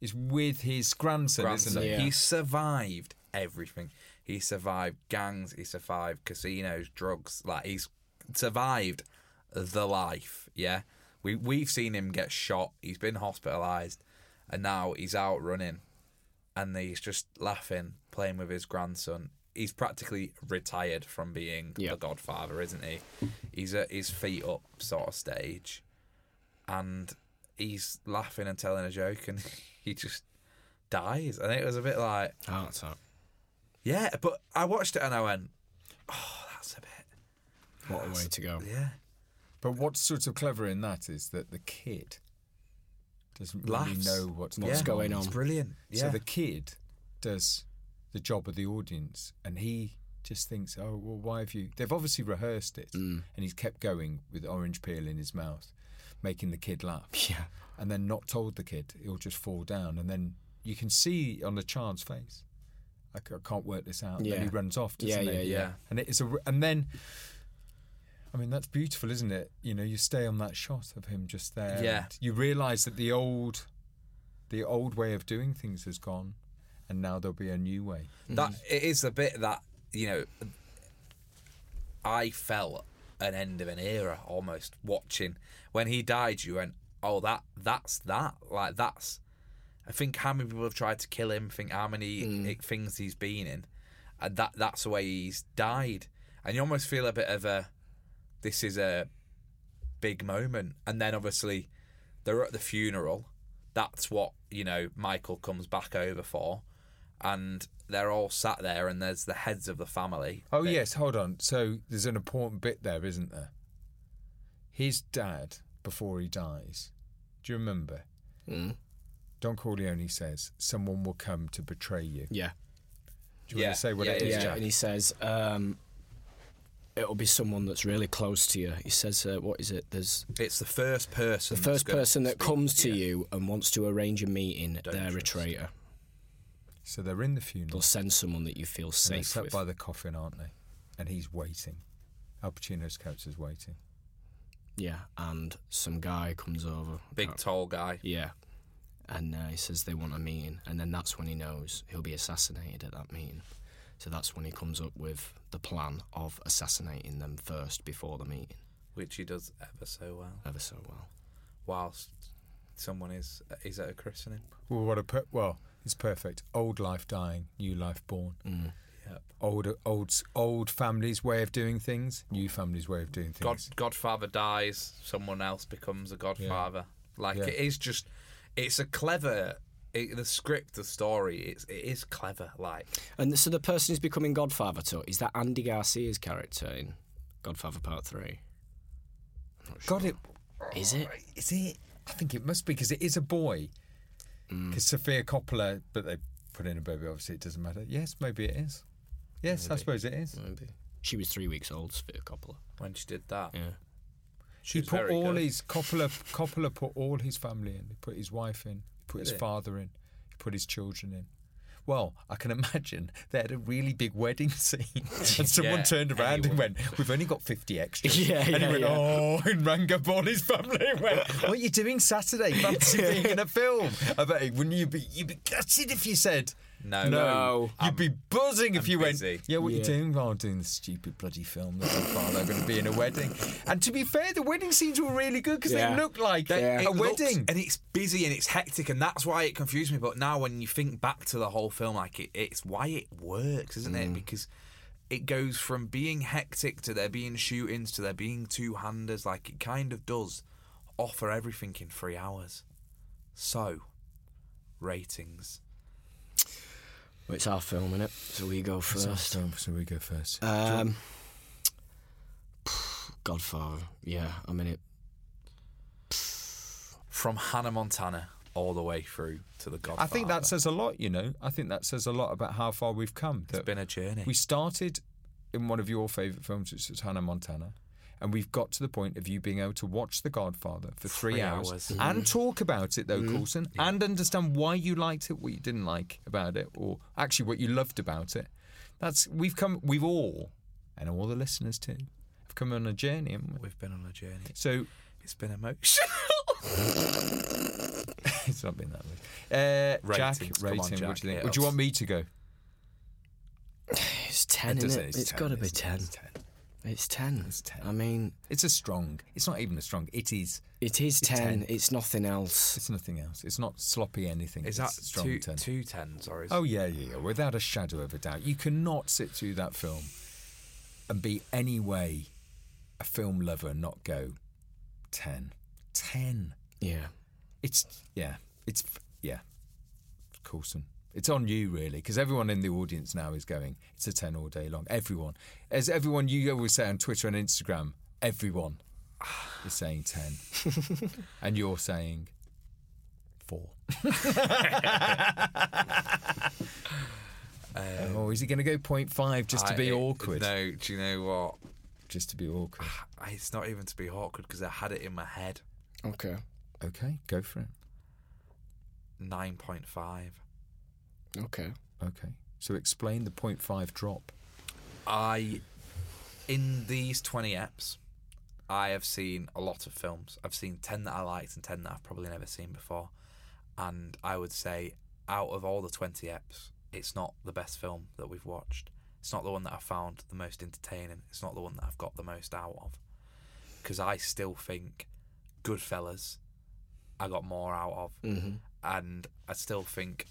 S4: is with his grandson,
S2: Grandson,
S4: isn't he?
S3: Yeah.
S2: he survived everything. He survived gangs. He survived casinos, drugs. Like he's survived the life. Yeah, we we've seen him get shot. He's been hospitalised, and now he's out running, and he's just laughing, playing with his grandson. He's practically retired from being
S3: Yeah.
S2: the Godfather, isn't he? He's at his feet up sort of stage, and he's laughing and telling a joke, and he just dies. And it was a bit like,
S3: Heart attack.
S2: yeah, but I watched it and I went, oh, that's a bit,
S3: What a way to go.
S2: yeah.
S4: But what's sort of clever in that is that the kid doesn't
S2: Laughs.
S4: really know what's,
S3: What's
S2: yeah.
S3: going
S2: It's
S3: on?
S2: brilliant. Yeah.
S4: So the kid does the job of the audience, and he just thinks, "Oh, well, why have you?" They've obviously rehearsed it, and he's kept going with orange peel in his mouth, making the kid laugh.
S3: Yeah.
S4: and then not told the kid, he'll just fall down, and then you can see on the child's face, "I c- I can't work this out." And
S3: Yeah.
S4: then he runs off, doesn't
S3: Yeah,
S4: he?
S3: yeah,
S2: yeah.
S4: And it's a, r- and then. I mean that's beautiful, isn't it? You know, you stay on that shot of him just there.
S2: Yeah.
S4: and You realise that the old the old way of doing things has gone and now there'll be a new way
S2: that it is the bit that you know I felt an end of an era almost watching when he died. You went, oh that that's that like that's. I think how many people have tried to kill him. Think how many i- things he's been in, and that that's the way he's died. And you almost feel a bit of a, this is a big moment. And then obviously they're at the funeral. That's what, you know, Michael comes back over for. And they're all sat there and there's the heads of the family.
S4: oh yes hold on so there's an important bit there isn't there
S3: Hmm?
S4: his dad before he dies do you remember Don Corleone says, someone will come to betray you.
S3: Yeah.
S4: Do you want to say what
S2: yeah,
S4: it is,
S2: yeah.
S4: Jack?
S3: and he says um, it'll be someone that's really close to you. He says, uh, "What is it? There's
S2: It's the first person.
S3: the
S2: that's
S3: first
S2: gonna
S3: person that
S2: speak
S3: comes to
S2: you.
S3: you and wants to arrange a meeting. they're a traitor.
S4: So they're in the
S3: They'll
S4: funeral.
S3: send someone that you feel
S4: and They're
S3: safe
S4: sat
S3: with."
S4: by the coffin, aren't they? And he's waiting. Al Pacino's character's waiting.
S3: yeah, and some guy comes over.
S4: Oh.
S2: Big
S3: Can't-
S2: tall guy.
S3: Yeah. And uh, he says they want a meeting, and then that's when he knows he'll be assassinated at that meeting. So that's when he comes up with the plan of assassinating them first before the meeting.
S2: which he does ever so well.
S3: Ever so well.
S2: Whilst someone is is at a christening.
S4: Well, what a per- well, it's perfect. Old life dying, new life born.
S3: Hmm.
S2: Yep.
S4: Old, old, old families' way of doing things, new families' way of doing things.
S2: God, Godfather dies, someone else becomes a Godfather. Like
S4: Yeah.
S2: it is just, it's a clever. It, the script, the story, it's, it is clever. Like
S3: And so the person who's becoming Godfather to is that Andy Garcia's character in Godfather Part 3?
S4: God, it
S3: Is it?
S4: is it. I think it must be because it is a boy. Because Sophia Coppola, but they put in a baby. Obviously, it doesn't matter. Yes, maybe it is. Yes, I suppose it is.
S3: Maybe. Mm. She was three weeks old, Sophia Coppola.
S2: when she did that,
S3: Yeah.
S2: she
S4: He
S2: was
S4: put
S2: very
S4: all
S2: good.
S4: his Coppola. Coppola put all his family in. He put his wife in. He put his father in. He put his children in. Well, I can imagine they had a really big wedding scene, and someone
S2: Yeah,
S4: turned around and
S2: anyone.
S4: went, "We've only got fifty extras."
S3: Yeah,
S4: and he
S3: yeah,
S4: went,
S3: yeah.
S4: "Oh," and rang up all his family and went, "What are you doing Saturday? Fancy being in a film? I bet you- wouldn't you be? You'd be gutted if you said."
S2: No.
S4: no,
S2: No.
S4: you'd
S2: I'm-
S4: be buzzing if
S2: I'm
S4: you
S2: busy.
S4: went. Yeah, what you
S3: Yeah.
S4: doing? Well, I'm doing this stupid bloody film. That my father going to be in a wedding. And to be fair, the wedding scenes were really good because
S3: Yeah.
S4: they looked like
S3: They-
S4: a
S2: It looks-
S4: wedding.
S2: and it's busy and it's hectic, and that's why it confused me. But now, when you think back to the whole film, like it, it's why it works, isn't
S4: Mm.
S2: it? Because it goes from being hectic to there being shootings to there being two handers. Like it kind of does offer everything in three hours. So, ratings.
S3: Well, it's our film, innit? So we go first.
S4: so we go first.
S3: Um, Godfather. Yeah, I mean, it
S2: From Hannah Montana all the way through to The Godfather.
S4: I think that says a lot, you know. I think that says a lot about how far we've come.
S2: it's
S4: That
S2: been a journey.
S4: we started in one of your favourite films, which is Hannah Montana. And we've got to the point of you being able to watch The Godfather for three,
S2: Three
S4: hours,
S2: hours.
S4: and talk about it, though, Coulson, and understand why you liked it, what you didn't like about it, or actually what you loved about it. That's we've come, we've all, and all the listeners too, have come on a journey, haven't we?
S2: We've been on a journey.
S4: So
S2: It's been emotional.
S4: it's not been that way. Uh, Jack,
S2: Ratings, come on,
S4: rating.
S2: Jack,
S4: What do you
S2: hit
S4: think? Or do
S2: us.
S4: you want me to go?
S3: it's ten.
S4: It
S3: It
S4: does-
S3: it?
S4: it's
S3: it's
S4: 10,
S3: got to be
S4: it's-
S3: ten.
S4: it's 10.
S3: It's ten.
S4: It's 10.
S3: I mean,
S4: It's a strong. It's not even a strong. It is.
S3: it is
S4: It's
S3: ten.
S4: 10.
S3: It's nothing else.
S4: It's nothing else. It's not sloppy anything.
S2: Is that
S4: it's a strong
S2: two,
S4: ten.
S2: two tens or is
S4: Oh yeah, yeah, yeah, without a shadow of a doubt. You cannot sit through that film and be any way a film lover and not go ten. Ten.
S3: Yeah.
S4: It's yeah. It's yeah. Coulson. It's on you really, because everyone in the audience now is going. It's a ten all day long. Everyone, as everyone you always say on Twitter and Instagram, everyone is saying ten, and you're saying four. oh, is he going to go 0.5 just to
S2: I-
S4: be
S2: it-
S4: awkward?
S2: No, do you know what?
S4: Just to be awkward.
S2: I- It's not even to be awkward because I had it in my head.
S3: Okay.
S4: Okay, go for it.
S2: Nine point five.
S3: Okay.
S4: Okay, so explain the 0.5 drop.
S2: I, in these twenty eps, I have seen a lot of films. I've seen ten that I liked and ten that I've probably never seen before. And I would say, out of all the twenty eps, it's not the best film that we've watched. It's not the one that I found the most entertaining. It's not the one that I've got the most out of. Because I still think Goodfellas, I got more out of.
S4: Mm-hmm.
S2: And I still think,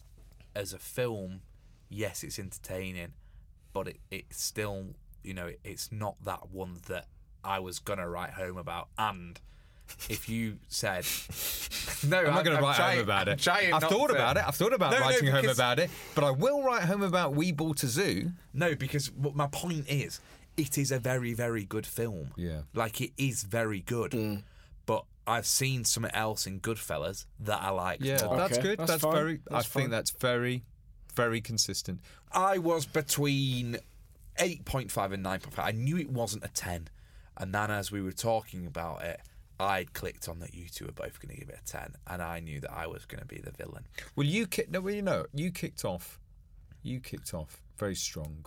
S2: as a film, yes, it's entertaining, but it, it's still, you know, it's not that one that I was going to write home about. And if you said, no,
S4: I'm not going to write
S2: trying-
S4: home about
S2: I'm
S4: it.
S2: trying
S4: I've
S2: not
S4: thought
S2: to.
S4: about it. I've thought about
S2: No, no,
S4: writing home
S2: because-
S4: about it, but I will write home about We Bought a Zoo.
S2: No, because what my point is, it is a very, very good film.
S4: Yeah.
S2: Like, it is very good. But I've seen something else in Goodfellas that I like.
S4: Yeah, that's
S7: Okay,
S4: good.
S7: that's
S4: That's,
S7: fine,
S4: very.
S7: that's
S4: I
S7: fine.
S4: think that's very, very consistent.
S2: I was between 8.5 and 9.5. I knew it wasn't a 10. And then as we were talking about it, I'd clicked on that you two were both going to give it a 10. And I knew that I was going to be the villain.
S4: Well, you kicked. No, well, you know, you kicked off. You kicked off very strong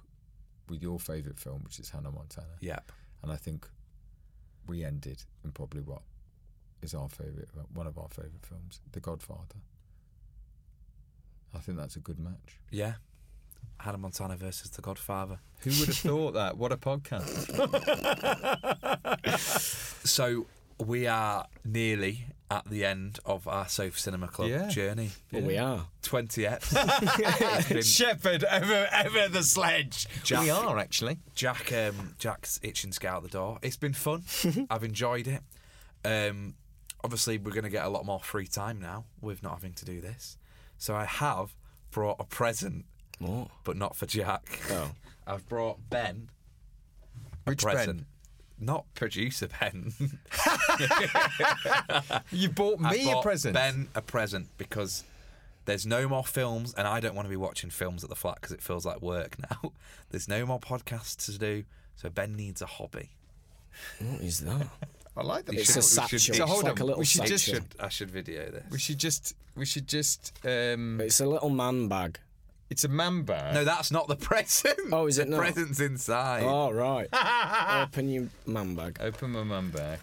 S4: with your favourite film, which is Hannah Montana.
S2: Yep.
S4: And I think we ended in probably what is our favourite, one of our favourite films, The Godfather. I think that's a good match.
S2: Yeah. Hannah Montana versus The Godfather.
S4: Who would have thought that? What a podcast!
S2: So we are nearly at the end of our Sofa Cinema Club
S4: Yeah.
S2: journey.
S3: But we are.
S2: 20 eps.
S4: Shepherd ever, ever the sledge.
S2: Jack.
S4: We are actually.
S2: Jack um, Jack's itching to get out the door. It's been fun. I've enjoyed it. Um, obviously, we're going to get a lot more free time now with not having to do this. So I have brought a present,
S3: What?
S2: but not for Jack.
S3: Oh.
S2: I've brought Ben a
S4: Which Ben?
S2: present. Not producer Ben.
S4: You bought
S2: I
S4: me a
S2: bought
S4: present.
S2: Ben a present because there's no more films, and I don't want to be watching films at the flat because it feels like work now. there's no more podcasts to do, so Ben needs a hobby.
S3: What is that?
S5: I like the
S3: It's a satchel.
S4: So
S3: it's
S4: hold
S3: like
S4: on,
S3: a little
S4: we should
S3: satchel.
S4: just-
S2: should I should video this.
S4: We should just. We should just. Um,
S3: It's a little man bag.
S4: it's a man bag.
S2: no, that's not the present.
S3: Oh, is it
S2: the
S3: not?
S2: present's inside?
S3: Oh, right. Open your man bag.
S4: Open my man bag.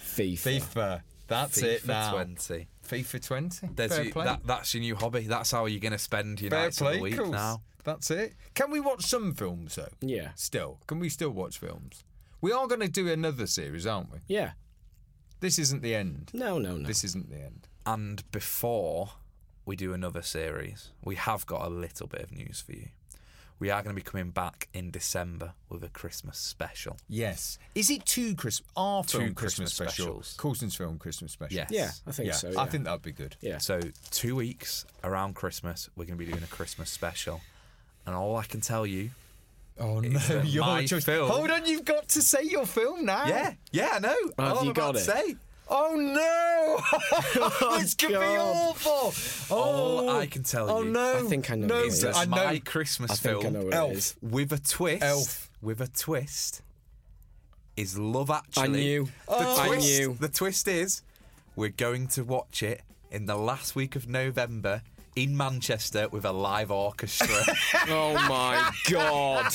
S3: FIFA.
S4: FIFA. That's
S2: FIFA
S4: it now.
S2: Twenty.
S4: FIFA 20.
S2: There's
S4: Fair
S2: your-
S4: play.
S2: that, that's your new hobby. That's how you're going to spend your
S4: Fair
S2: nights of
S4: play.
S2: the week
S4: cool.
S2: now.
S4: That's it. Can we watch some films though?
S3: Yeah.
S4: Still, can we still watch films? We are going to do another series, aren't we?
S3: Yeah.
S4: This isn't the end.
S3: No, no, no.
S4: This isn't the end.
S2: And before we do another series, we have got a little bit of news for you. We are going to be coming back in December with a Christmas special.
S4: Yes. Is it two Christmas? Our
S2: Two
S4: film
S2: Christmas
S4: Christmas, special.
S2: specials.
S4: Coulson's film Christmas special.
S2: Yes.
S3: yeah, I think
S4: yeah.
S3: so.
S4: I
S3: yeah.
S4: think that'd be good.
S3: Yeah.
S2: So two weeks around Christmas, we're going to be doing a Christmas special, and all I can tell you,
S4: Oh no,
S2: It's, uh,
S4: your
S2: my
S4: choice.
S2: film.
S4: Hold on, you've got to say your film now.
S2: yeah, yeah, I know.
S3: Have
S2: all I'm
S3: you
S2: about
S3: got
S2: to
S3: it?
S2: say.
S4: Oh no! this could be
S3: Oh, God.
S4: awful. Oh,
S2: All I can tell
S4: oh,
S2: you-
S4: no!
S3: I think I know
S4: No,
S3: what it is.
S2: It's
S4: I know.
S2: my Christmas
S3: I
S2: film.
S3: think I know what
S4: Elf.
S3: it is.
S2: with a twist.
S4: Elf.
S2: With a twist is Love Actually.
S3: I knew.
S2: The
S3: I
S2: twist,
S3: knew.
S2: The twist is we're going to watch it in the last week of November in Manchester with a live orchestra.
S3: Oh my god.